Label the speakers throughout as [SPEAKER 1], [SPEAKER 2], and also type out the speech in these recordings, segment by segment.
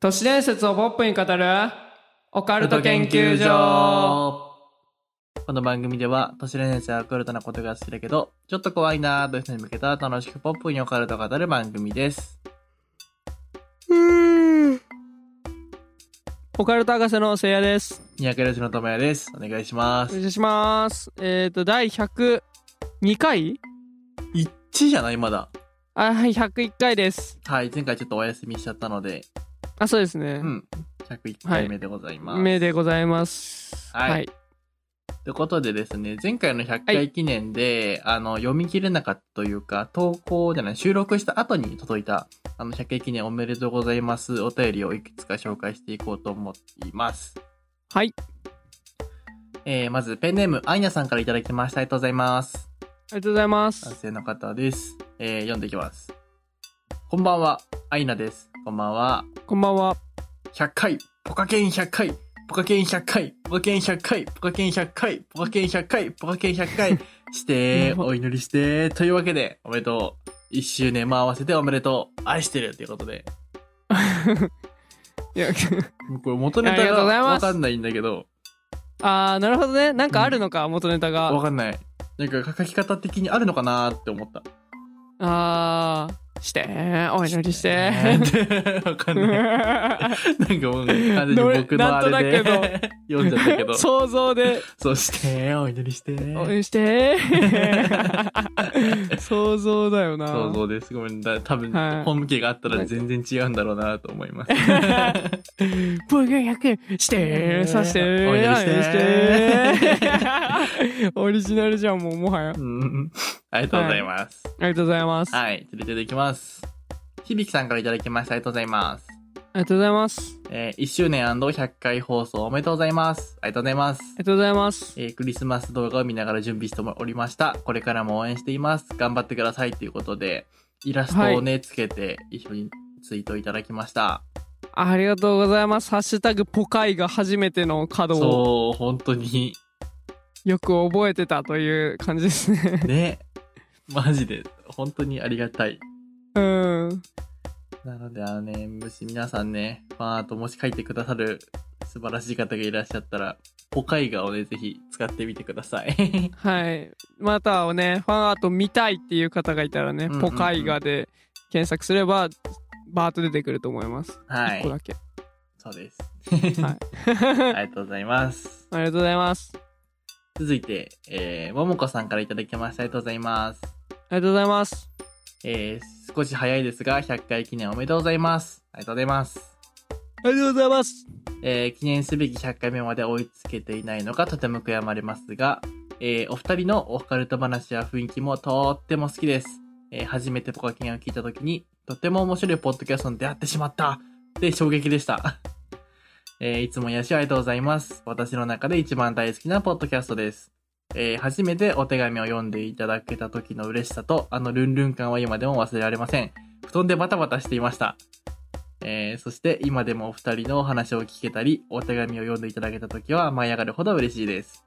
[SPEAKER 1] 都市伝説をポップに語るオカルト研究所
[SPEAKER 2] この番組では、都市伝説やオカルトなことが好きだけど、ちょっと怖いなーという人に向けた楽しくポップにオカルトを語る番組です。
[SPEAKER 1] オカルト博士のせいやです
[SPEAKER 2] 三宅良の智也です。お願いしま
[SPEAKER 1] お
[SPEAKER 2] す。
[SPEAKER 1] 願いしますえっ、ー、と第102回
[SPEAKER 2] 1じゃないまだ。
[SPEAKER 1] あはい101回です
[SPEAKER 2] はい、前回ちょっとお休みしちゃったので、
[SPEAKER 1] あそうですね
[SPEAKER 2] う、ん、101回目でございます。
[SPEAKER 1] 目でございます
[SPEAKER 2] はいということでですね、前回の100回記念で、あの、読み切れなかったというか、投稿じゃない、収録した後に届いた、あの、100回記念おめでとうございますお便りをいくつか紹介していこうと思っています。
[SPEAKER 1] はい
[SPEAKER 2] えー、まず、ペンネーム、アイナさんからいただきました。ありがとうございます。
[SPEAKER 1] ありがとうございます
[SPEAKER 2] 男性の方です。えー、読んでいきます。こんばんは、アイナです。こんばんは。
[SPEAKER 1] こんばんは
[SPEAKER 2] 100回ポカケン100回ポカケン100回ポカケン100回ポカケン100回ポカケン100回ポカケン100回して
[SPEAKER 1] やば
[SPEAKER 2] お祈りしてというわけでおめでとう1周年も合わせておめでとう愛してるということで
[SPEAKER 1] いや
[SPEAKER 2] もうこれ元ネ
[SPEAKER 1] あ
[SPEAKER 2] タ
[SPEAKER 1] りがとう
[SPEAKER 2] が
[SPEAKER 1] ございま
[SPEAKER 2] わ
[SPEAKER 1] す
[SPEAKER 2] かんないんだけど
[SPEAKER 1] あーなるほどねなんかあるのか、元ネタが
[SPEAKER 2] わかんないなんか書き方的にあるのかなーって思った
[SPEAKER 1] あーしてお祈りして
[SPEAKER 2] ね わかんないなんかもう完全に僕のあれで
[SPEAKER 1] どれ
[SPEAKER 2] 読んじ ゃったけどそ
[SPEAKER 1] 想像で
[SPEAKER 2] うしてお祈りして
[SPEAKER 1] 応 援して 想像だよな
[SPEAKER 2] 想像です。ごめんだ。多分、
[SPEAKER 1] はい
[SPEAKER 2] 本家があったら全然違うんだろうなと思い ます。
[SPEAKER 1] 僕が100してさして
[SPEAKER 2] お祈りして
[SPEAKER 1] して オリジナルじゃんもうもはや
[SPEAKER 2] うんありがとうございます。
[SPEAKER 1] ありがとうございます、あ
[SPEAKER 2] はい。続いていきます。響さんからいただきました。ありがとうございます。
[SPEAKER 1] りがとうございます
[SPEAKER 2] えー1周年 &100 回放送おめでとうございます。ありがとうございます。
[SPEAKER 1] ありがとうございます
[SPEAKER 2] えークリスマス動画を見ながら準備しておりました。これからも応援しています。頑張ってくださいということで、イラストをね、つけて一緒にツイートいただきました。
[SPEAKER 1] ありがとうございますハッシュタグポカイが初めての角を
[SPEAKER 2] そう、本当に。
[SPEAKER 1] よく覚えてたという感じですね
[SPEAKER 2] ね。マジで、本当にありがたい。
[SPEAKER 1] うん
[SPEAKER 2] なので、あのね、もし皆さんね、ファンアートもし書いてくださる素晴らしい方がいらっしゃったら、ポカイガをね、ぜひ使ってみてください。
[SPEAKER 1] はい。またはね、ファンアート見たいっていう方がいたらね、
[SPEAKER 2] うんうんう
[SPEAKER 1] ポ
[SPEAKER 2] ん
[SPEAKER 1] カイガで検索すれば、バーッと出てくると思います。
[SPEAKER 2] は
[SPEAKER 1] 1個
[SPEAKER 2] い。
[SPEAKER 1] だけ。
[SPEAKER 2] そうです。
[SPEAKER 1] はい。
[SPEAKER 2] ありがとうございます。
[SPEAKER 1] ありがとうございます。
[SPEAKER 2] 続いて、えー、ももこさんからいただきました。ありがとうございます。
[SPEAKER 1] ありがとうございます。
[SPEAKER 2] えー、少し早いですが、100回記念おめでとうございます。ありがとうございます。
[SPEAKER 1] ありがとうございます。
[SPEAKER 2] えー記念すべき100回目まで追いつけていないのがとても悔やまれますが、えーお二人のオカルト話や雰囲気もとっても好きです。えー初めてポカキンを聞いた時に、とても面白いポッドキャストに出会ってしまったって衝撃でした。えーいつも癒しありがとうございます。私の中で一番大好きなポッドキャストです。えー初めてお手紙を読んでいただけた時の嬉しさと、あのルンルン感は今でも忘れられません。布団でバタバタしていました。えーそして今でもお二人のお話を聞けたり、お手紙を読んでいただけた時は舞い上がるほど嬉しいです。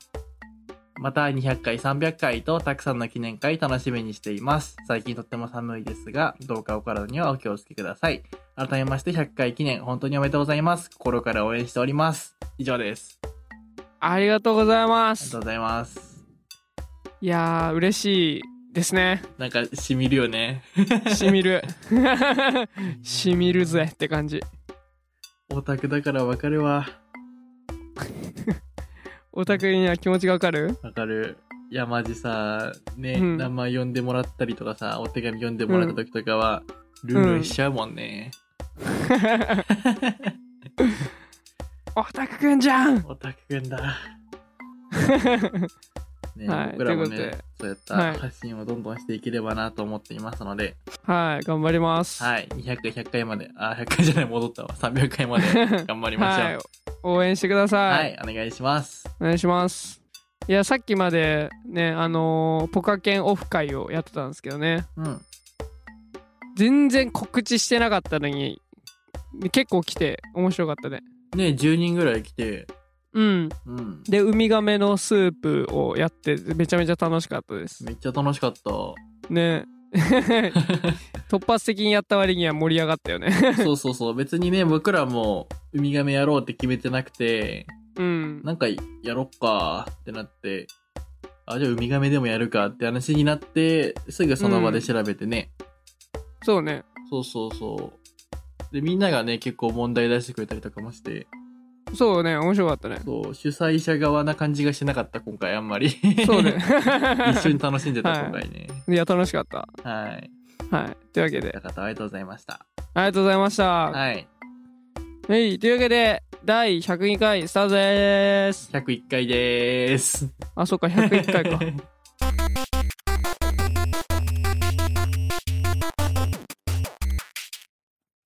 [SPEAKER 2] また200回、300回とたくさんの記念会楽しみにしています。最近とっても寒いですが、どうかお体にはお気をつけください。改めまして100回記念、本当におめでとうございます。心から応援しております。以上です。あ
[SPEAKER 1] ありがとうございま
[SPEAKER 2] りがと
[SPEAKER 1] す
[SPEAKER 2] う。ございます。
[SPEAKER 1] いやー、嬉しいです ね。
[SPEAKER 2] なんか、しみるよね。
[SPEAKER 1] しみる。 しみるぜって感じ。
[SPEAKER 2] オタクだからわかるわ。
[SPEAKER 1] オタクには気持ちがわかる
[SPEAKER 2] わかる。いや、マジさ、ね、
[SPEAKER 1] うん
[SPEAKER 2] 名前呼んでもらったりとかさ、お手紙読んでもらった時とかは、ルンルンしちゃうもんね。
[SPEAKER 1] オタクくんじゃん
[SPEAKER 2] オタクくんだ。ね、
[SPEAKER 1] はい
[SPEAKER 2] 僕らも
[SPEAKER 1] というこ
[SPEAKER 2] ね
[SPEAKER 1] とで、
[SPEAKER 2] そうやっ
[SPEAKER 1] はい
[SPEAKER 2] た発信をどんどんしていければなと思っていますので、
[SPEAKER 1] はい、頑張ります。
[SPEAKER 2] はい、200回、100回まで、あ、100回じゃない、戻ったわ。300 回まで頑張りましょう。
[SPEAKER 1] はい。応援してください
[SPEAKER 2] は。い、お願いします。
[SPEAKER 1] お願いしますいやさっきまでねあのーポカケンオフ会をやってたんですけどね
[SPEAKER 2] うん。
[SPEAKER 1] 全然告知してなかったのに結構来て面白かったね
[SPEAKER 2] ね、10人ぐらい来て、
[SPEAKER 1] うん
[SPEAKER 2] うん。
[SPEAKER 1] でウミガメのスープをやってめちゃめちゃ楽しかったです
[SPEAKER 2] めっちゃ楽しかった。
[SPEAKER 1] ね突発的にやった割には盛り上がったよね。
[SPEAKER 2] そうそうそう。別にね、僕らもウミガメやろうって決めてなくて、
[SPEAKER 1] うん。
[SPEAKER 2] なんかやろっかってなって、あ、じゃあウミガメでもやるかって話になって、すぐその場で調べてね。
[SPEAKER 1] そうね。
[SPEAKER 2] そうそうそう。で、みんながね、結構問題出してくれたりとかもして、
[SPEAKER 1] そうね。面白かったね。
[SPEAKER 2] そう、主催者側な感じがしなかった、今回あんまり。。
[SPEAKER 1] そうね
[SPEAKER 2] 一緒に楽しんでた、
[SPEAKER 1] はい
[SPEAKER 2] 今回ね。
[SPEAKER 1] いや、楽しかった。
[SPEAKER 2] はい。
[SPEAKER 1] はい。というわけで、
[SPEAKER 2] 高田ありがとうございました。
[SPEAKER 1] ありがとうございました。は
[SPEAKER 2] はい。
[SPEAKER 1] い。というわけで、第102回スタートでーす。
[SPEAKER 2] 101回でーす。
[SPEAKER 1] あ、そっか、101回 か。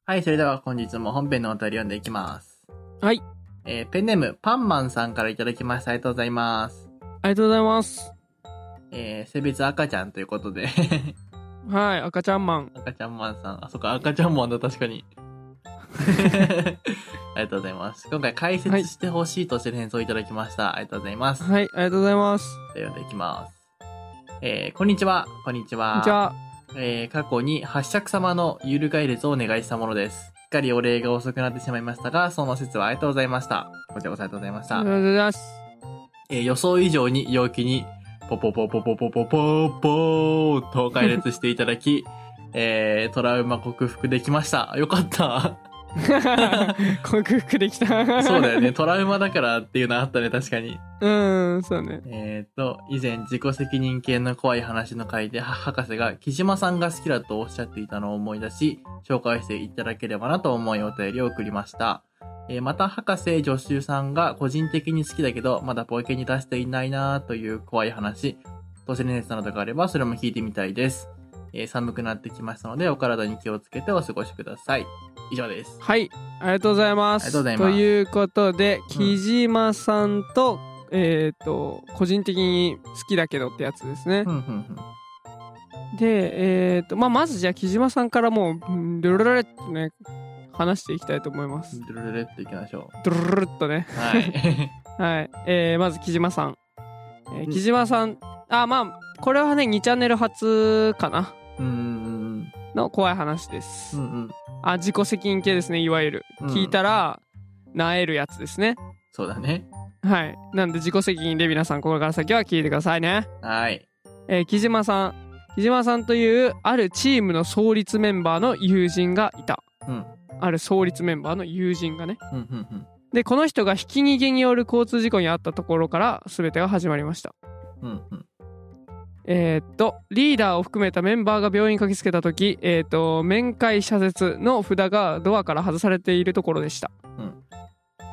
[SPEAKER 2] はい、それでは本日も本編のお便り読んでいきます。
[SPEAKER 1] はい。
[SPEAKER 2] えーペンネーム、パンマンさんからいただきました。ありがとうございます。
[SPEAKER 1] ありがとうございます。
[SPEAKER 2] えー性別赤ちゃんということで。
[SPEAKER 1] はい。赤ちゃんマン。
[SPEAKER 2] 赤ちゃんマンさん。あ、そっか、赤ちゃんマンだ、確かに。 ありがとうございます。今回解説してほしいとして返送いただきました。ありがとうございます。
[SPEAKER 1] はい。ありがとうございます。
[SPEAKER 2] では読んでいきます。えーこんにちは。こんにち
[SPEAKER 1] こん
[SPEAKER 2] は。
[SPEAKER 1] にちは。
[SPEAKER 2] えー過去に八尺様のゆる概列をお願いしたものです。すっかりお礼が遅くなってしまいましたが、その説はありがとうございました。こちらこそありがとうございまし
[SPEAKER 1] あ
[SPEAKER 2] た
[SPEAKER 1] りが。とうござい ます。
[SPEAKER 2] えー予想以上に陽気に、ポポポポポポポポポーと解列していただき、えートラウマ克服できました。よかった。
[SPEAKER 1] 克服できた。
[SPEAKER 2] そうだよ。ね。トラウマだからっていうのあったね、確かに。
[SPEAKER 1] うん、そうね。
[SPEAKER 2] えー、と、以前自己責任系の怖い話の回で、は博士が木島さんが好きだとおっしゃっていたのを思い出し、紹介していただければなと思いお便りを送りました。えーまた博士助手さんが個人的に好きだけど、まだポイケに出していないなという怖い話、都市伝説などがあればそれも聞いてみたいです。えー寒くなってきましたので、お体に気をつけてお過ごしください。以上です。
[SPEAKER 1] はい。ありがとうございます。
[SPEAKER 2] ありがとうございます
[SPEAKER 1] いうことで、木島さんと、えっ、と、個人的に好きだけどってやつですね
[SPEAKER 2] ふ。んふんふん。
[SPEAKER 1] で、えっ、と、まあ、まずじゃあ木島さんからもう、うんドゥルルルってね、話していきたいと思います。
[SPEAKER 2] ドゥルルルっていきましょ
[SPEAKER 1] ドゥルルルっとね。
[SPEAKER 2] う。は
[SPEAKER 1] は
[SPEAKER 2] い。
[SPEAKER 1] い。えー、まず木島さん。え
[SPEAKER 2] う
[SPEAKER 1] ー、
[SPEAKER 2] ん
[SPEAKER 1] 木島さん、あ、まあ、これはね、2チャンネル初かな
[SPEAKER 2] うーん。
[SPEAKER 1] の怖い話です。
[SPEAKER 2] うんうん。
[SPEAKER 1] あ、自己責任系ですね、いわゆる。
[SPEAKER 2] うん
[SPEAKER 1] 聞いたら、なえるやつですね。
[SPEAKER 2] そうだね。
[SPEAKER 1] はい。なんで自己責任で皆さん、ここから先は聞いてくださいね。
[SPEAKER 2] はい。
[SPEAKER 1] えー木島さん。木島さんという、あるチームの創立メンバーの友人がいた。
[SPEAKER 2] うん。
[SPEAKER 1] ある創立メンバーの友人がね。
[SPEAKER 2] うんうんうん
[SPEAKER 1] で、この人がひき逃げによる交通事故に遭ったところから、全てが始まりました。
[SPEAKER 2] うんうん
[SPEAKER 1] えーっと、リーダーを含めたメンバーが病院に駆けつけたとき、えーっと、面会謝絶の札がドアから外されているところでした。
[SPEAKER 2] うん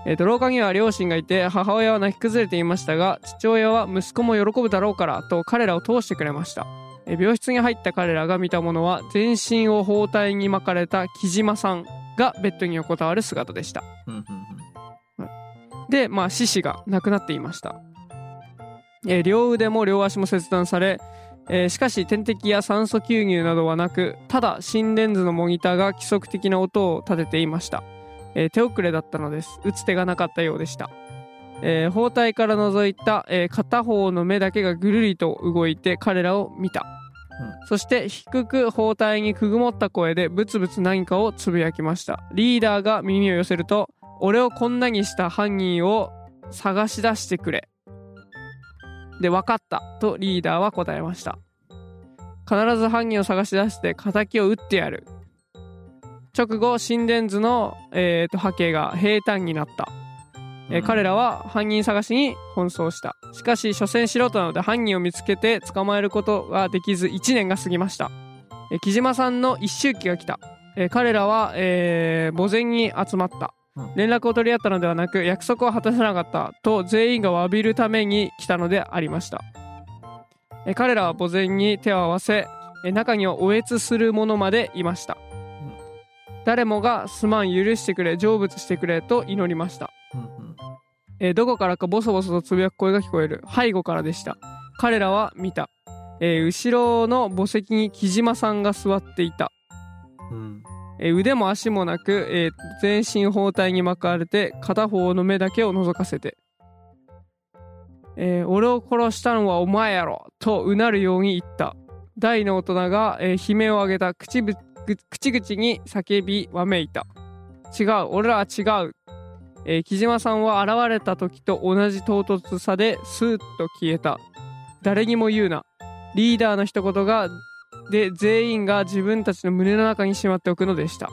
[SPEAKER 1] えーっと、廊下には両親がいて、母親は泣き崩れていましたが、父親は息子も喜ぶだろうからと彼らを通してくれました。えー病室に入った彼らが見たものは、全身を包帯に巻かれた木島さんがベッドに横たわる姿でした。
[SPEAKER 2] うんうん
[SPEAKER 1] で、まあ、四肢がなくなっていました、えー両腕も両足も切断され、えーしかし点滴や酸素吸入などはなくただ心電図のモニターが規則的な音を立てていました、えー手遅れだったのです打つ手がなかったようでした、えー包帯から覗いた、えー片方の目だけがぐるりと動いて彼らを見た、
[SPEAKER 2] う
[SPEAKER 1] そして低く包帯にくぐもった声でブツブツ何かをつぶやきましたリーダーが耳を寄せると俺をこんなにした犯人を探し出してくれ。で、分かったとリーダーは答えました。必ず犯人を探し出して仇を撃ってやる。直後、心電図の、えーと波形が平坦になった。
[SPEAKER 2] うん
[SPEAKER 1] えー彼らは犯人探しに奔走したしかし所詮素人なので犯人を見つけて捕まえることができず1年が過ぎました、えー木島さんの一周期が来た、えー彼らは、えー墓前に集まった
[SPEAKER 2] うん
[SPEAKER 1] 連絡を取り合ったのではなく約束を果たせなかったと全員が詫びるために来たのでありました、えー彼らは墓前に手を合わせ、えー中にはおえつする者までいました、
[SPEAKER 2] ん
[SPEAKER 1] 誰もがすまん許してくれ成仏してくれと祈りました
[SPEAKER 2] うん
[SPEAKER 1] えーどこからかボソボソとつぶやく声が聞こえる背後からでした彼らは見た、えー後ろの墓石に木島さんが座っていた、
[SPEAKER 2] うん
[SPEAKER 1] えー腕も足もなく、えー全身包帯に巻かれて片方の目だけを覗かせて、えー俺を殺したのはお前やろとうなるように言った大の大人が、えー悲鳴を上げた口ぶぐ口々に叫びわめいた違う俺らは違う、えー木島さんは現れた時と同じ唐突さでスーッと消えた誰にも言うなリーダーの一言がで全員が自分たちの胸の中にしまっておくのでした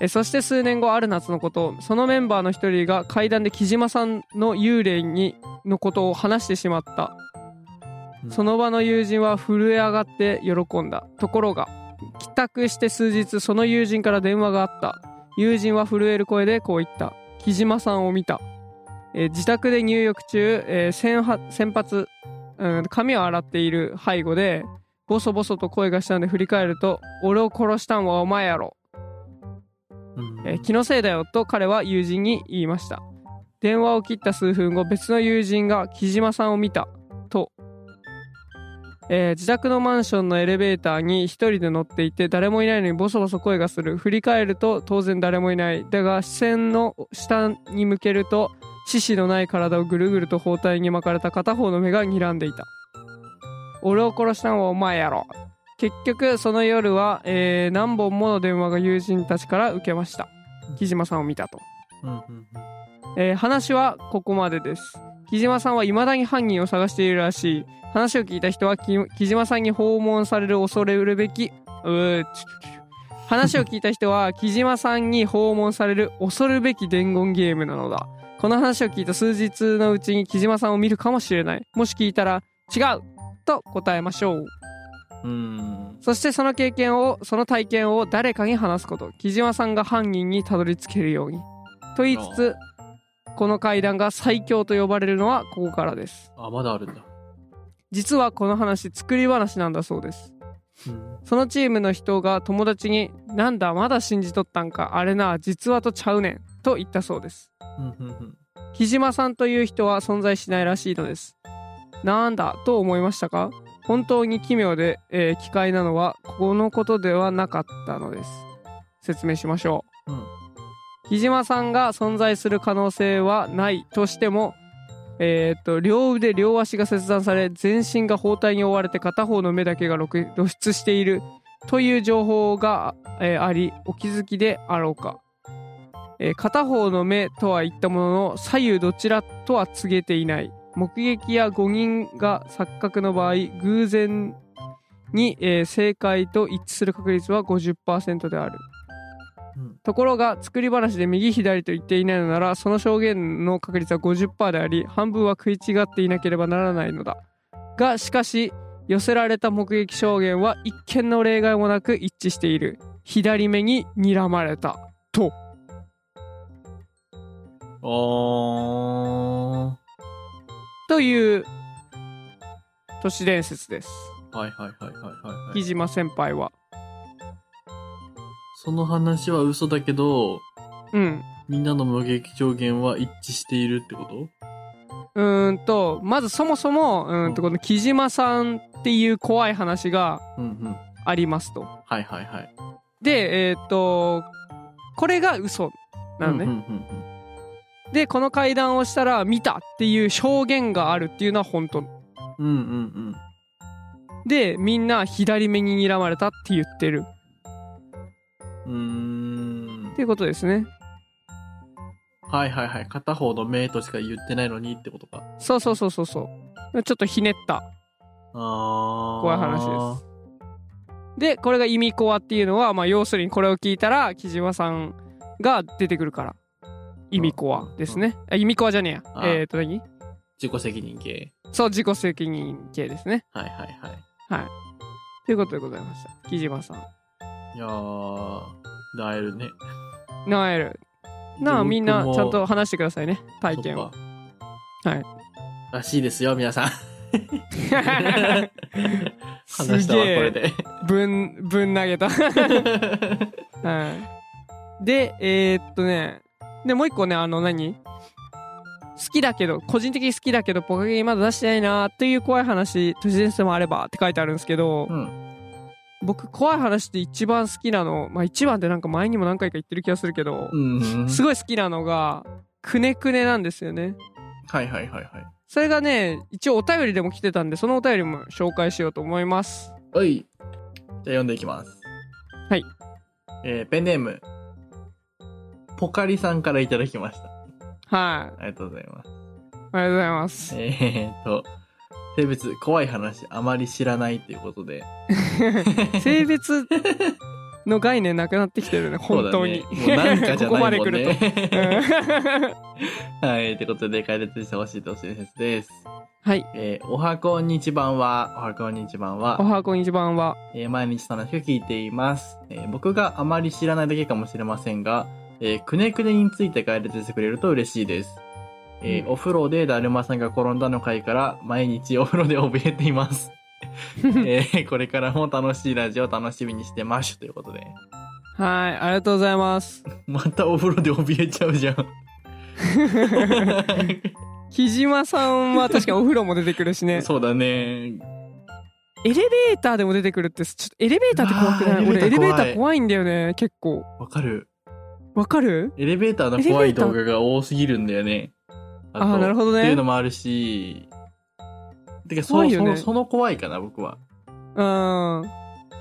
[SPEAKER 1] えーそして数年後ある夏のことそのメンバーの一人が階段で木島さんの幽霊にのことを話してしまったその場の友人は震え上がって喜んだところが帰宅して数日その友人から電話があった友人は震える声でこう言った木島さんを見た、えー自宅で入浴中、えー先発先発、うん、髪を洗っている背後でボソボソと声がしたので振り返ると「俺を殺したんはお前やろ」
[SPEAKER 2] うん
[SPEAKER 1] えー気のせいだよと彼は友人に言いました電話を切った数分後別の友人が木島さんを見たと、えー自宅のマンションのエレベーターに一人で乗っていて誰もいないのにボソボソ声がする振り返ると当然誰もいないだが視線の下に向けると四肢のない体をぐるぐると包帯に巻かれた片方の目が睨んでいた俺を殺したのはお前やろ結局その夜は、えー何本もの電話が友人たちから受けました木島さんを見たと、
[SPEAKER 2] うんうんうん
[SPEAKER 1] えー話はここまでです木島さんは未だに犯人を探しているらしい話を聞いた人はき木島さんに訪問される恐れるべきうーちょちょちょ話を聞いた人は木島さんに訪問される恐るべき伝言ゲームなのだこの話を聞いた数日のうちに木島さんを見るかもしれないもし聞いたら違うと答えましょう
[SPEAKER 2] うん
[SPEAKER 1] そしてその経験をその体験を誰かに話すこと木島さんが犯人にたどり着けるようにと言いつつこの怪談が最強と呼ばれるのはここからです
[SPEAKER 2] あまだあるんだ、
[SPEAKER 1] 実はこの話作り話なんだそうです
[SPEAKER 2] うん、
[SPEAKER 1] そのチームの人が友達に「なんだまだ信じとったんかあれな実話とちゃうねん」と言ったそうです
[SPEAKER 2] うんうんうん
[SPEAKER 1] 木島さんという人は存在しないらしいのですなんだと思いましたか本当に奇妙で、えー奇怪なのはこのことではなかったのです説明しましょう、
[SPEAKER 2] うん
[SPEAKER 1] 木島さんが存在する可能性はないとしてもえーっと両腕両足が切断され全身が包帯に覆われて片方の目だけが露露出しているという情報が、えーありお気づきであろうかえー片方の目とは言ったものの左右どちらとは告げていない目撃や誤認が錯覚の場合偶然に、えー正解と一致する確率は50%である
[SPEAKER 2] うん
[SPEAKER 1] ところが作り話で右左と言っていないのならその証言の確率は50%であり半分は食い違っていなければならないのだがしかし寄せられた目撃証言は一見の例外もなく一致している左目に睨まれた
[SPEAKER 2] あ
[SPEAKER 1] という都市伝説です
[SPEAKER 2] ーはいはいはいはいはい、はい
[SPEAKER 1] 木、島先輩は
[SPEAKER 2] その話は嘘だけど
[SPEAKER 1] うん
[SPEAKER 2] みんなの無撃上限は一致しているってこと
[SPEAKER 1] うーんとまずそもそもうーんと
[SPEAKER 2] う
[SPEAKER 1] この木島さんっていう怖い話が
[SPEAKER 2] うんうん
[SPEAKER 1] ありますと
[SPEAKER 2] はいはいはい
[SPEAKER 1] でえっ、とこれが嘘なのね、
[SPEAKER 2] うんうんうん
[SPEAKER 1] でこの会談をしたら見たっていう証言があるっていうのは本当
[SPEAKER 2] うんうんうん
[SPEAKER 1] でみんな左目に睨まれたって言ってる
[SPEAKER 2] うんうーん
[SPEAKER 1] っていうことですね
[SPEAKER 2] はいはいはい片方の目としか言ってないのにってことか
[SPEAKER 1] そうそうそうそうそうちょっとひねった
[SPEAKER 2] あー
[SPEAKER 1] 怖い話です。で、これが意味コアっていうのは、まあ、要するにこれを聞いたら、木島さんが出てくるから。意味コアですね。あ意味コアじゃねえ
[SPEAKER 2] あ
[SPEAKER 1] や。えっ、と何、
[SPEAKER 2] 自己責任系
[SPEAKER 1] そう、自己責任系ですね。
[SPEAKER 2] はいはいはい
[SPEAKER 1] ということでございました。木島さん。
[SPEAKER 2] いやーなえるね
[SPEAKER 1] なえる。なあ、みんなちゃんと話してくださいね。体験を。
[SPEAKER 2] は
[SPEAKER 1] はい
[SPEAKER 2] らしいですよ 皆さん話し
[SPEAKER 1] す
[SPEAKER 2] たわこれ
[SPEAKER 1] げえ、
[SPEAKER 2] で
[SPEAKER 1] ぶん、ぶん投げた。 はい。で、えーっとね、で、もう一個ね、あの何、好きだけど、個人的に好きだけど、ポカゲにまだ出してないなという怖い話、都市伝説もあればって書いてあるんですけど、
[SPEAKER 2] うん
[SPEAKER 1] 僕、怖い話って一番好きなの、まあ一番ってなんか前にも何回か言ってる気がするけど、
[SPEAKER 2] うん
[SPEAKER 1] すごい好きなのが、くねくねなんですよね。
[SPEAKER 2] はいはいはいはい
[SPEAKER 1] それがね、一応お便りでも来てたんで、そのお便りも紹介しようと思います。
[SPEAKER 2] はい。じゃあ読んでいきます。
[SPEAKER 1] はい。
[SPEAKER 2] えーペンネーム、ポカリさんからいただきました。
[SPEAKER 1] はい。
[SPEAKER 2] ありがとうございま
[SPEAKER 1] あ
[SPEAKER 2] す。
[SPEAKER 1] りがとうござい ます。
[SPEAKER 2] えーっと、性別、怖い話、あまり知らないというこ とで。
[SPEAKER 1] 性別の概念なくなってきてるね、本当に。
[SPEAKER 2] そうだねもうなんかじゃ
[SPEAKER 1] ここま
[SPEAKER 2] ない
[SPEAKER 1] で
[SPEAKER 2] も
[SPEAKER 1] 来
[SPEAKER 2] ん
[SPEAKER 1] ると。 う
[SPEAKER 2] ね。
[SPEAKER 1] ん
[SPEAKER 2] はい。ということで、解説してほしいとお知らせです。
[SPEAKER 1] はい。
[SPEAKER 2] えーおはこんにちばんは、おはこんにちばんは
[SPEAKER 1] お、はこんにちばんは。
[SPEAKER 2] えー毎日楽しく聞いています、えー僕があまり知らないだけかもしれませんが、えーくねくねについて解説してくれると嬉しいです。えー
[SPEAKER 1] うん
[SPEAKER 2] お風呂でだるまさんが転んだの回から毎日お風呂で怯えています。えーこれからも楽しいラジオ楽しみにしてますということで。
[SPEAKER 1] はい、ありがとうございます。
[SPEAKER 2] またお風呂で怯えちゃうじゃん。
[SPEAKER 1] 木島さんは確かお風呂も出てくるしね。
[SPEAKER 2] そうだね。
[SPEAKER 1] エレベーターでも出てくるって、ちょっとエレベーターって怖くない
[SPEAKER 2] あ
[SPEAKER 1] 俺
[SPEAKER 2] ーエ
[SPEAKER 1] エレ
[SPEAKER 2] レベ
[SPEAKER 1] ベ
[SPEAKER 2] ー
[SPEAKER 1] ー
[SPEAKER 2] タ
[SPEAKER 1] タ
[SPEAKER 2] ー怖い
[SPEAKER 1] ー怖いんだよね、結構。
[SPEAKER 2] わかる
[SPEAKER 1] わかる
[SPEAKER 2] エレベーターの怖い
[SPEAKER 1] エレベーター
[SPEAKER 2] 動画が多すぎるんだよね。
[SPEAKER 1] ああー、なる
[SPEAKER 2] ほど
[SPEAKER 1] ほど
[SPEAKER 2] っていう
[SPEAKER 1] ね
[SPEAKER 2] の。もあるし。てか、そ
[SPEAKER 1] 怖
[SPEAKER 2] の、
[SPEAKER 1] いよ
[SPEAKER 2] そ
[SPEAKER 1] ね
[SPEAKER 2] の、その怖いかな、僕は。
[SPEAKER 1] うん。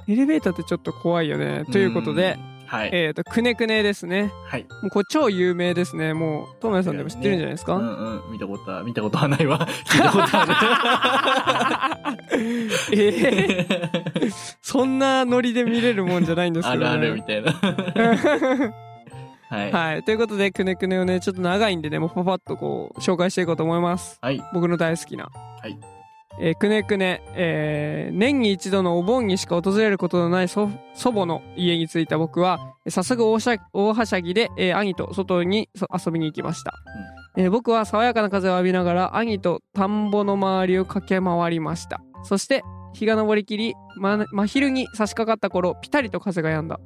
[SPEAKER 1] エレベーターってちょっと怖いよね。ということで
[SPEAKER 2] ん、。はい。
[SPEAKER 1] えっ、と、くねくねですね。
[SPEAKER 2] はい。
[SPEAKER 1] もうこれ超有名ですね。もう、トムヤさんでも知ってるんじゃないです
[SPEAKER 2] う
[SPEAKER 1] か、
[SPEAKER 2] んうん。見たことは、見たことはな いわ。聞いたことあ
[SPEAKER 1] ええ
[SPEAKER 2] る。
[SPEAKER 1] そんなノリで見れるもんじゃないんです
[SPEAKER 2] あ
[SPEAKER 1] けど、ね。
[SPEAKER 2] るあるみたい な。はい。
[SPEAKER 1] はい。ということで、くねくねをね、ちょっと長いんでね、もうパパッとこう、紹介していこうと思います。
[SPEAKER 2] はい。
[SPEAKER 1] 僕の大好きな。
[SPEAKER 2] い
[SPEAKER 1] えーくねくね、えー年に一度のお盆にしか訪れることのない祖祖母の家に着いた僕は、えー早速大しゃ大はしゃぎで、えー兄と外にそ遊びに行きました、えー僕は爽やかな風を浴びながら兄と田んぼの周りを駆け回りましたそして日が昇りきり、ま、真昼に差し掛かった頃ピタリと風が止んだ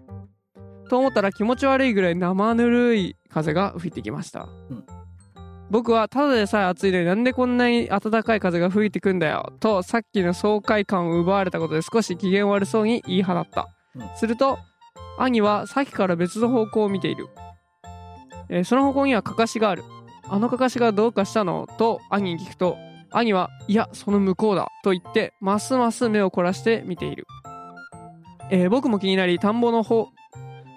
[SPEAKER 1] と思ったら気持ち悪いぐらい生ぬるい風が吹いてきました僕はただでさえ暑いのになんでこんなに暖かい風が吹いてくんだよとさっきの爽快感を奪われたことで少し機嫌悪そうに言い放った、
[SPEAKER 2] うん
[SPEAKER 1] すると兄はさっきから別の方向を見ている、えーその方向にはかかしがあるあのかかしがどうかしたのと兄に聞くと兄はいやその向こうだと言ってますます目を凝らして見ている、えー僕も気になり田んぼの方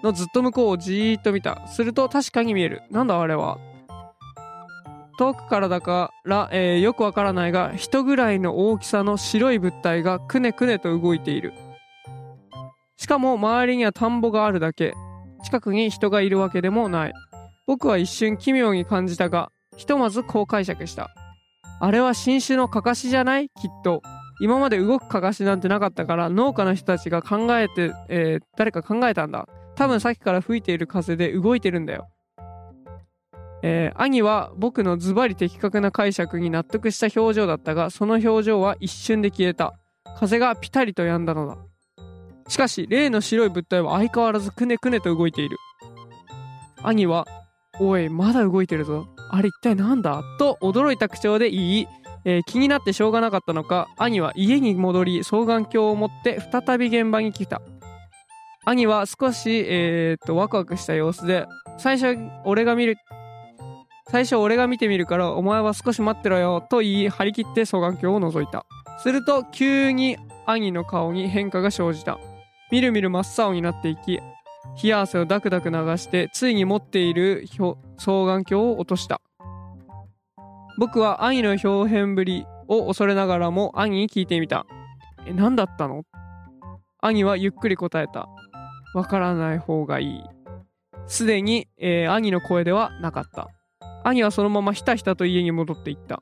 [SPEAKER 1] のずっと向こうをじーっと見たすると確かに見えるなんだあれは遠くからだから、えーよくわからないが人ぐらいの大きさの白い物体がくねくねと動いているしかも周りには田んぼがあるだけ近くに人がいるわけでもない僕は一瞬奇妙に感じたがひとまずこう解釈したあれは新種のかかしじゃないきっと今まで動くかかしなんてなかったから農家の人たちが考えて、えー誰か考えたんだ多分さっきから吹いている風で動いてるんだよえー兄は僕のズバリ的確な解釈に納得した表情だったがその表情は一瞬で消えた風がピタリと止んだのだしかし例の白い物体は相変わらずくねくねと動いている兄は「おいまだ動いてるぞあれ一体なんだ?」と驚いた口調で言い、えー気になってしょうがなかったのか兄は家に戻り双眼鏡を持って再び現場に来た兄は少し、えーっとワクワクした様子で最初俺が見る最初俺が見てみるからお前は少し待ってろよと言い張り切って双眼鏡を覗いたすると急に兄の顔に変化が生じたみるみる真っ青になっていき冷や汗をダクダク流してついに持っているひょ双眼鏡を落とした僕は兄の表変ぶりを恐れながらも兄に聞いてみた「え何だったの?」兄はゆっくり答えた「わからない方がいい」すでに、えー兄の声ではなかった兄はそのままひたひたと家に戻っていった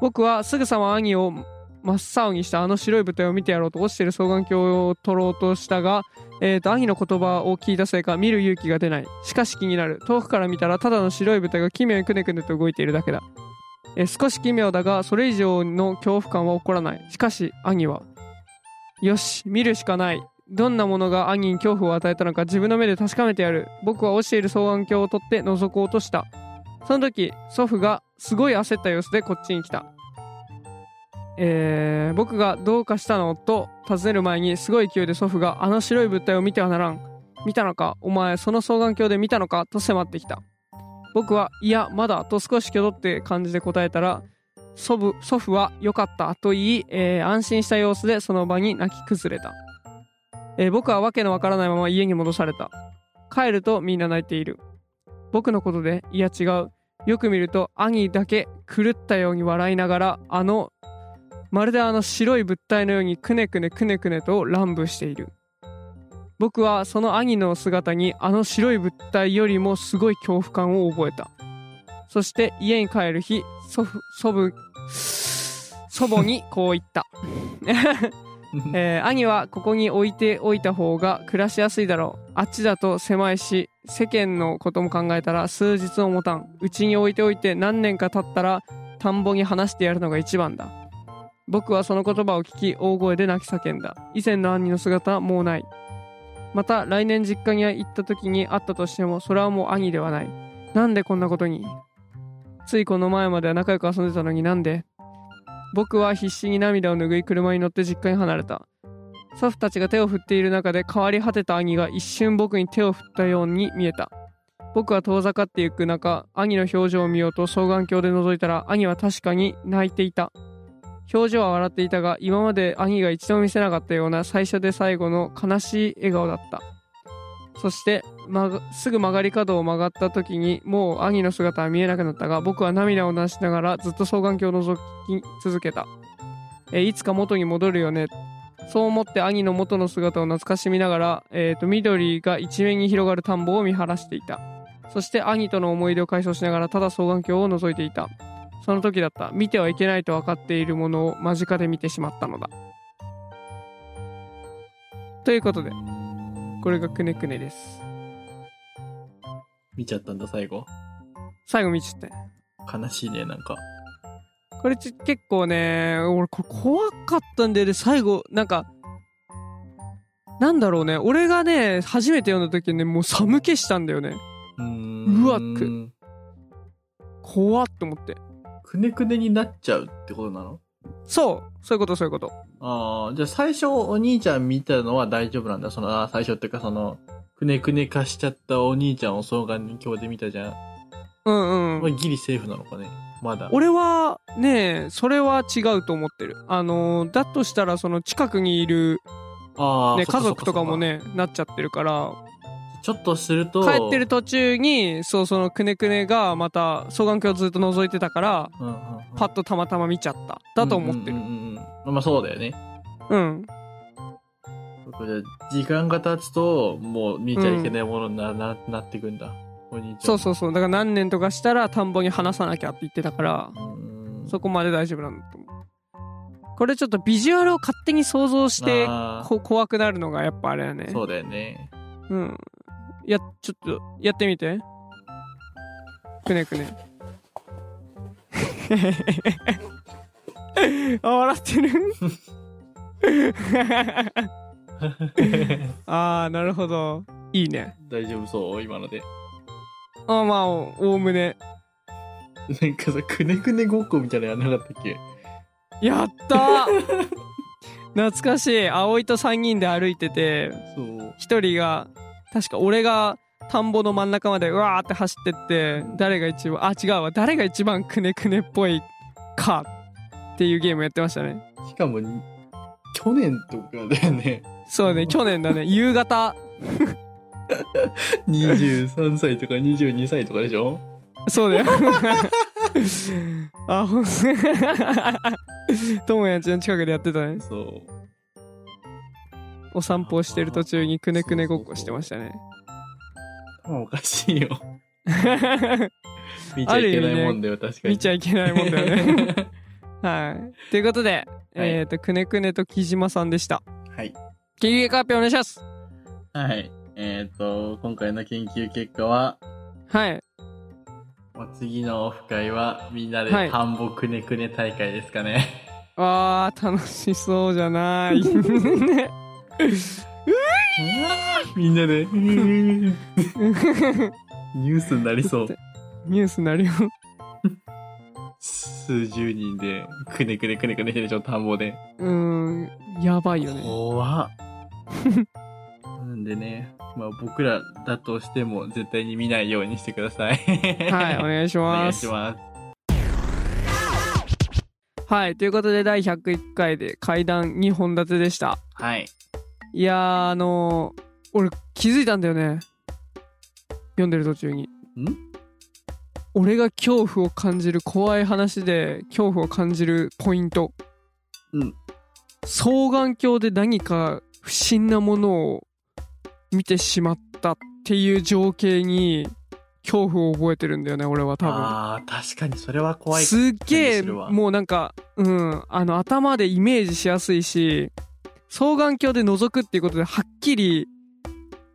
[SPEAKER 1] 僕はすぐさま兄を真っ青にしたあの白い舞台を見てやろうと落ちてる双眼鏡を取ろうとしたが、えー、と兄の言葉を聞いたせいか見る勇気が出ないしかし気になる遠くから見たらただの白い舞台が奇妙にくねくねと動いているだけだ、えー少し奇妙だがそれ以上の恐怖感は起こらないしかし兄はよし見るしかないどんなものが兄に恐怖を与えたのか自分の目で確かめてやる僕は落ちている双眼鏡を取って覗こうとしたその時祖父がすごい焦った様子でこっちに来た、えー僕が「どうかしたの?」と尋ねる前にすごい勢いで祖父が「あの白い物体を見てはならん」「見たのかお前その双眼鏡で見たのか?」と迫ってきた僕は「いやまだ」と少し気取って感じで答えたら祖父祖父は良かったと言い、えー安心した様子でその場に泣き崩れた、えー僕は訳のわからないまま家に戻された帰るとみんな泣いている僕のことでいや違うよく見ると兄だけ狂ったように笑いながらあのまるであの白い物体のようにくねくねくねくねと乱舞している僕はその兄の姿にあの白い物体よりもすごい恐怖感を覚えたそして家に帰る日祖父祖母祖母にこう言ったえー兄はここに置いておいた方が暮らしやすいだろうあっちだと狭いし世間のことも考えたら数日も持たんうちに置いておいて何年か経ったら田んぼに放してやるのが一番だ僕はその言葉を聞き大声で泣き叫んだ以前の兄の姿はもうないまた来年実家に行った時に会ったとしてもそれはもう兄ではないなんでこんなことについこの前までは仲良く遊んでたのになんで僕は必死に涙を拭い車に乗って実家に離れた祖父たちが手を振っている中で変わり果てた兄が一瞬僕に手を振ったように見えた僕は遠ざかっていく中兄の表情を見ようと双眼鏡で覗いたら兄は確かに泣いていた表情は笑っていたが今まで兄が一度も見せなかったような最初で最後の悲しい笑顔だったそして、まが、すぐ曲がり角を曲がった時にもう兄の姿は見えなくなったが僕は涙を流しながらずっと双眼鏡を覗き続けたえーいつか元に戻るよねそう思って兄の元の姿を懐かしみながら、えー、と緑が一面に広がる田んぼを見晴らしていたそして兄との思い出を回想しながらただ双眼鏡を覗いていたその時だった見てはいけないと分かっているものを間近で見てしまったのだということでこれがくねくねです
[SPEAKER 2] 見ちゃったんだ、最後。
[SPEAKER 1] 最後見ちゃったね
[SPEAKER 2] 悲しいね、なんか。
[SPEAKER 1] これち結構ね俺これ怖かったんだよね最後なんかなんだろうね俺がね初めて読んだ時ねもう寒気したんだよね
[SPEAKER 2] うーん
[SPEAKER 1] うわく。怖っと思って
[SPEAKER 2] くねくねになっちゃうってことなの
[SPEAKER 1] そうそういうことそういうこと
[SPEAKER 2] ああ、じゃあ最初お兄ちゃん見たのは大丈夫なんだ。その、あー最初っていうかその、くねくね化しちゃったお兄ちゃんを双眼鏡で見たじゃん。
[SPEAKER 1] うん
[SPEAKER 2] ま
[SPEAKER 1] う
[SPEAKER 2] あ、
[SPEAKER 1] ん
[SPEAKER 2] ギリセーフなのかね。まだ。
[SPEAKER 1] 俺はねそれは違うと思ってるあのーだとしたらその近くにいる、
[SPEAKER 2] あー
[SPEAKER 1] ね、
[SPEAKER 2] そ
[SPEAKER 1] 家
[SPEAKER 2] っそっ
[SPEAKER 1] 族とかも
[SPEAKER 2] そっ
[SPEAKER 1] ねなっちゃってるから
[SPEAKER 2] ちょっとすると、
[SPEAKER 1] 帰ってる途中にそうそのくねくねがまた双眼鏡ずっと覗いてたから
[SPEAKER 2] うんうんうん、
[SPEAKER 1] パッとたまたま見ちゃっただと思ってる
[SPEAKER 2] うんうんうんうんまあそうだよね。
[SPEAKER 1] うん
[SPEAKER 2] これ時間が経つと、もう見ちゃいけないものにな,、ななってくんだ。お兄ちゃ
[SPEAKER 1] そ
[SPEAKER 2] ん。
[SPEAKER 1] うそうそうだから何年とかしたら田んぼに放さなきゃって言ってたから
[SPEAKER 2] うん
[SPEAKER 1] そこまで大丈夫なんだと思うこれちょっとビジュアルを勝手に想像して
[SPEAKER 2] あー
[SPEAKER 1] こ怖くなるのがやっぱあれだね
[SPEAKER 2] そうだよね。
[SPEAKER 1] うんいやちょっとやってみてくねく ねあ笑って る ああなるほどいいね
[SPEAKER 2] 大丈夫そう、今ので。
[SPEAKER 1] あまあおおおむね
[SPEAKER 2] なんかさ、くねくねごっこみたいなのやんなかったっけ
[SPEAKER 1] やったー 懐かしい葵と3人で歩いてて
[SPEAKER 2] そう。
[SPEAKER 1] 1人が確か俺が田んぼの真ん中までうわーって走ってって誰が一番あ違うわ誰が一番くねくねっぽいかっていうゲームやってましたね
[SPEAKER 2] しかも、に去年とかだよ ね。
[SPEAKER 1] そうね去年だね夕方
[SPEAKER 2] 23歳とか22歳とかでしょ
[SPEAKER 1] そうだよあほんともやんちの近くでやってたね
[SPEAKER 2] そう。
[SPEAKER 1] お散歩をしてる途中にくねくねごっこしてましたね
[SPEAKER 2] 頭おかし いよ。 見ちゃいけないもんだよ、確かに。
[SPEAKER 1] 見ちゃいけないもんだよねはい。ということで、えっ、と、くねくねと木島さんでした。
[SPEAKER 2] はい。
[SPEAKER 1] 経営発表お願いします。
[SPEAKER 2] はい。えっ、と、今回の研究結果は、
[SPEAKER 1] はい。
[SPEAKER 2] お次のオフ会はみんなで
[SPEAKER 1] はい
[SPEAKER 2] 田んぼくねくね大会ですかね。
[SPEAKER 1] わー、楽しそうじゃ ない。
[SPEAKER 2] みんな で、ニュースにな りそう。
[SPEAKER 1] ニュースになるよ。
[SPEAKER 2] 数十人でくねくねくねくねしてるでしょ、田んぼで。
[SPEAKER 1] うーん、やばいよね。
[SPEAKER 2] 怖っ。なんでね、まあ僕らだとしても絶対に見ないようにしてください。
[SPEAKER 1] はい、お願いし
[SPEAKER 2] お願
[SPEAKER 1] ま
[SPEAKER 2] いし
[SPEAKER 1] す。
[SPEAKER 2] ます。
[SPEAKER 1] はいということで第101回で階段2本立てでした
[SPEAKER 2] はい。
[SPEAKER 1] いやーあのー俺気づいたんだよね読んでる途中に俺が恐怖を感じる怖い話で恐怖を感じるポイント
[SPEAKER 2] うん
[SPEAKER 1] 双眼鏡で何か不審なものを見てしまったっていう情景に恐怖を覚えてるんだよね俺は多分
[SPEAKER 2] ああ、確かにそれは怖い。
[SPEAKER 1] すっげえ
[SPEAKER 2] 感じするわ
[SPEAKER 1] もうなんかうんあの頭でイメージしやすいし双眼鏡で覗くっていうことではっきり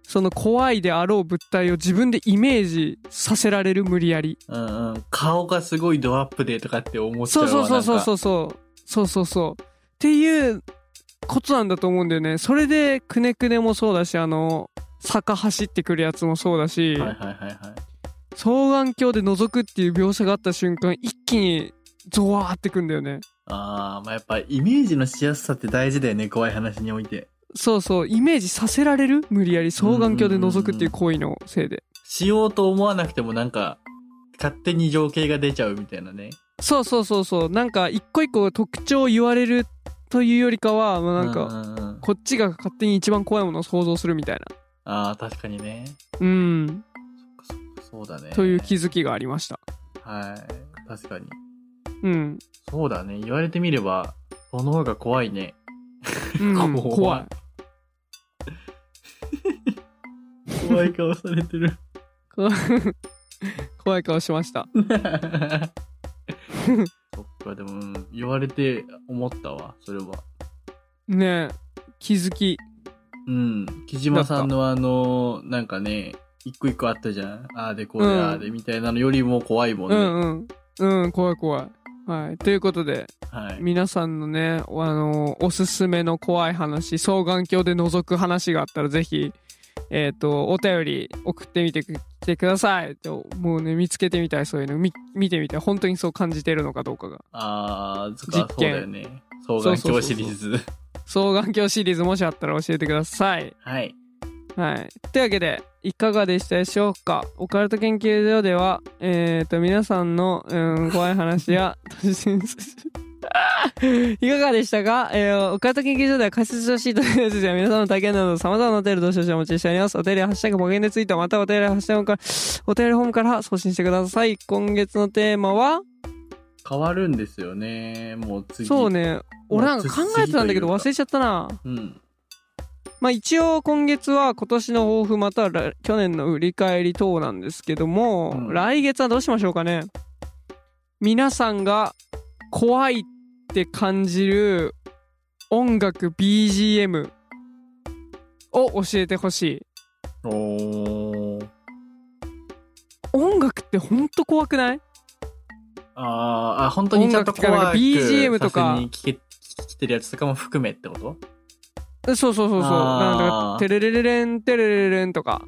[SPEAKER 1] その怖いであろう物体を自分でイメージさせられる無理やり
[SPEAKER 2] うんうん。顔がすごいドアップでとかって思っちゃう
[SPEAKER 1] そう
[SPEAKER 2] わ
[SPEAKER 1] そうそうそう
[SPEAKER 2] う。
[SPEAKER 1] そうそうそうそうそうっていうことなんだと思うんだよねそれでくねくねもそうだしあの坂走ってくるやつもそうだし、
[SPEAKER 2] なんかはいはいはいはい。
[SPEAKER 1] 双眼鏡で覗くっていう描写があった瞬間一気にゾワーってくんだよね
[SPEAKER 2] ああ、まあやっぱイメージのしやすさって大事だよね、怖い話において。
[SPEAKER 1] そうそうイメージさせられる無理やり双眼鏡で覗くっていう行為のせいで
[SPEAKER 2] しようと思わなくてもなんか、勝手に情景が出ちゃうみたいなね。
[SPEAKER 1] そうそうそうそうなんか一個一個特徴を言われるというよりかはもうなん
[SPEAKER 2] う
[SPEAKER 1] か
[SPEAKER 2] んうんうん
[SPEAKER 1] こっちが勝手に一番怖いものを想像するみたいな
[SPEAKER 2] ああ、確かにね。
[SPEAKER 1] うん
[SPEAKER 2] そっかそうだね。
[SPEAKER 1] という気づきがありました
[SPEAKER 2] はい。確かに。
[SPEAKER 1] うん
[SPEAKER 2] そうだね。言われてみれば、その方が怖いね。
[SPEAKER 1] うん
[SPEAKER 2] 怖い
[SPEAKER 1] 怖い
[SPEAKER 2] 怖い顔されて る。
[SPEAKER 1] 怖い 怖い顔しました
[SPEAKER 2] そっか、でも、うん言われて思ったわ、それは。
[SPEAKER 1] ねえ気づき
[SPEAKER 2] うん。木島さんのあの、なんかね、一個一個あったじゃん。ああでこうで、
[SPEAKER 1] うん
[SPEAKER 2] ああでみたいなのよりも怖いもん
[SPEAKER 1] う
[SPEAKER 2] ね。
[SPEAKER 1] んうんうん怖い怖いはいということで
[SPEAKER 2] はい。
[SPEAKER 1] 皆さんのねあのおすすめの怖い話双眼鏡で覗く話があったらぜひえっ、とお便り送ってみてく来てくださいともうね見つけてみたいそういうのみ見てみたい本当にそう感じてるのかどうかが
[SPEAKER 2] ああ、そっ
[SPEAKER 1] 実
[SPEAKER 2] か、
[SPEAKER 1] 験
[SPEAKER 2] そうだよね。双眼鏡シリーズ。
[SPEAKER 1] 双眼鏡シリーズもしあったら教えてください
[SPEAKER 2] はい。
[SPEAKER 1] はい。というわけで、いかがでしたでしょうかオカルト研究所では、えっ、と、皆さんの、うん、怖い話 や、都市伝説いかがでしたか、えー、オカルト研究所では解説してほしいというやつや皆さんの体験など様々なお便りどうしどしお待ちしております。お便りはハッシュタグ、ボゲンでツイート、またはお便りはハッシュタグから、お便りフォームから送信してください。今月のテーマは、
[SPEAKER 2] 変わるんですよね。もう次。
[SPEAKER 1] そう。ね、俺なんか考えてたんだけど
[SPEAKER 2] まあ
[SPEAKER 1] 忘れちゃったな。
[SPEAKER 2] うん。
[SPEAKER 1] まあ一応今月は今年の抱負または来去年の振り返り等なんですけども、
[SPEAKER 2] うん
[SPEAKER 1] 来月はどうしましょうかね皆さんが怖いって感じる音楽 BGM を教えてほしい
[SPEAKER 2] おー。
[SPEAKER 1] 音楽ってほんと怖くない
[SPEAKER 2] あーあ、本当にちゃんと
[SPEAKER 1] 音楽とかなん
[SPEAKER 2] 怖
[SPEAKER 1] か
[SPEAKER 2] く
[SPEAKER 1] BGM とか
[SPEAKER 2] させに聞け、聞きてるやつとかも含めってこと
[SPEAKER 1] そうそうそうそうなんだ
[SPEAKER 2] あ
[SPEAKER 1] か
[SPEAKER 2] ー
[SPEAKER 1] テレレレレンテレレレレンとか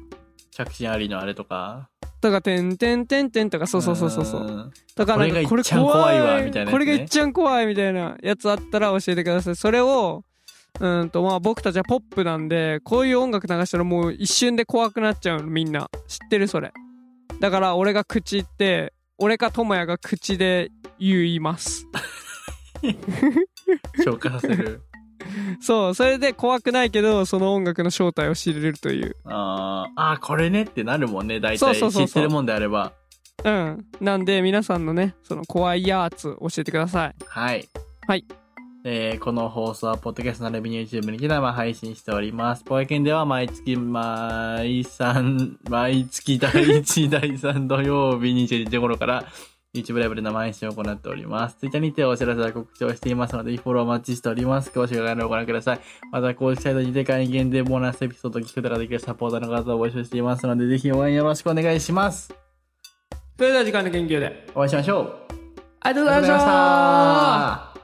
[SPEAKER 2] 着信ありのあれとか。
[SPEAKER 1] とかてんてんてんてんとかそうそうそうそうそう
[SPEAKER 2] うん
[SPEAKER 1] だからなんか
[SPEAKER 2] これが一番怖いわみたいなやつね
[SPEAKER 1] これが一番怖いみたいなやつあったら教えてくださいそれをうんとまあ僕たちはポップなんでこういう音楽流したらもう一瞬で怖くなっちゃうのみんな知ってるそれだから俺が口言って俺か智也が口で言い ます
[SPEAKER 2] 消化させる。
[SPEAKER 1] そうそれで怖くないけどその音楽の正体を知れるという
[SPEAKER 2] あーあー、これねってなるもんね、大
[SPEAKER 1] そう
[SPEAKER 2] 体。
[SPEAKER 1] そうそうそう
[SPEAKER 2] 知ってるもんであれば。
[SPEAKER 1] うんなんで皆さんのねその怖いやつ教えてください
[SPEAKER 2] はい。
[SPEAKER 1] はい。
[SPEAKER 2] えーこの放送は、ポッドキャスト並びに YouTube にて生配信しております。ポエケンでは毎月、毎三、 毎月第1、第3土曜日22時頃から、YouTube ライブで生配信を行っております。Twitter にてお知らせや告知をしていますので、フォローお待ちしております。詳しく概要欄をご覧ください。また、公式サイトにて会員限定ボーナスエピソードを聞くことができるサポーターの方を募集していますので、ぜひ応援よろしくお願いします。
[SPEAKER 1] それでは時間の研究で
[SPEAKER 2] お会いしましょう。
[SPEAKER 1] ありがとう
[SPEAKER 2] ありがとうございました。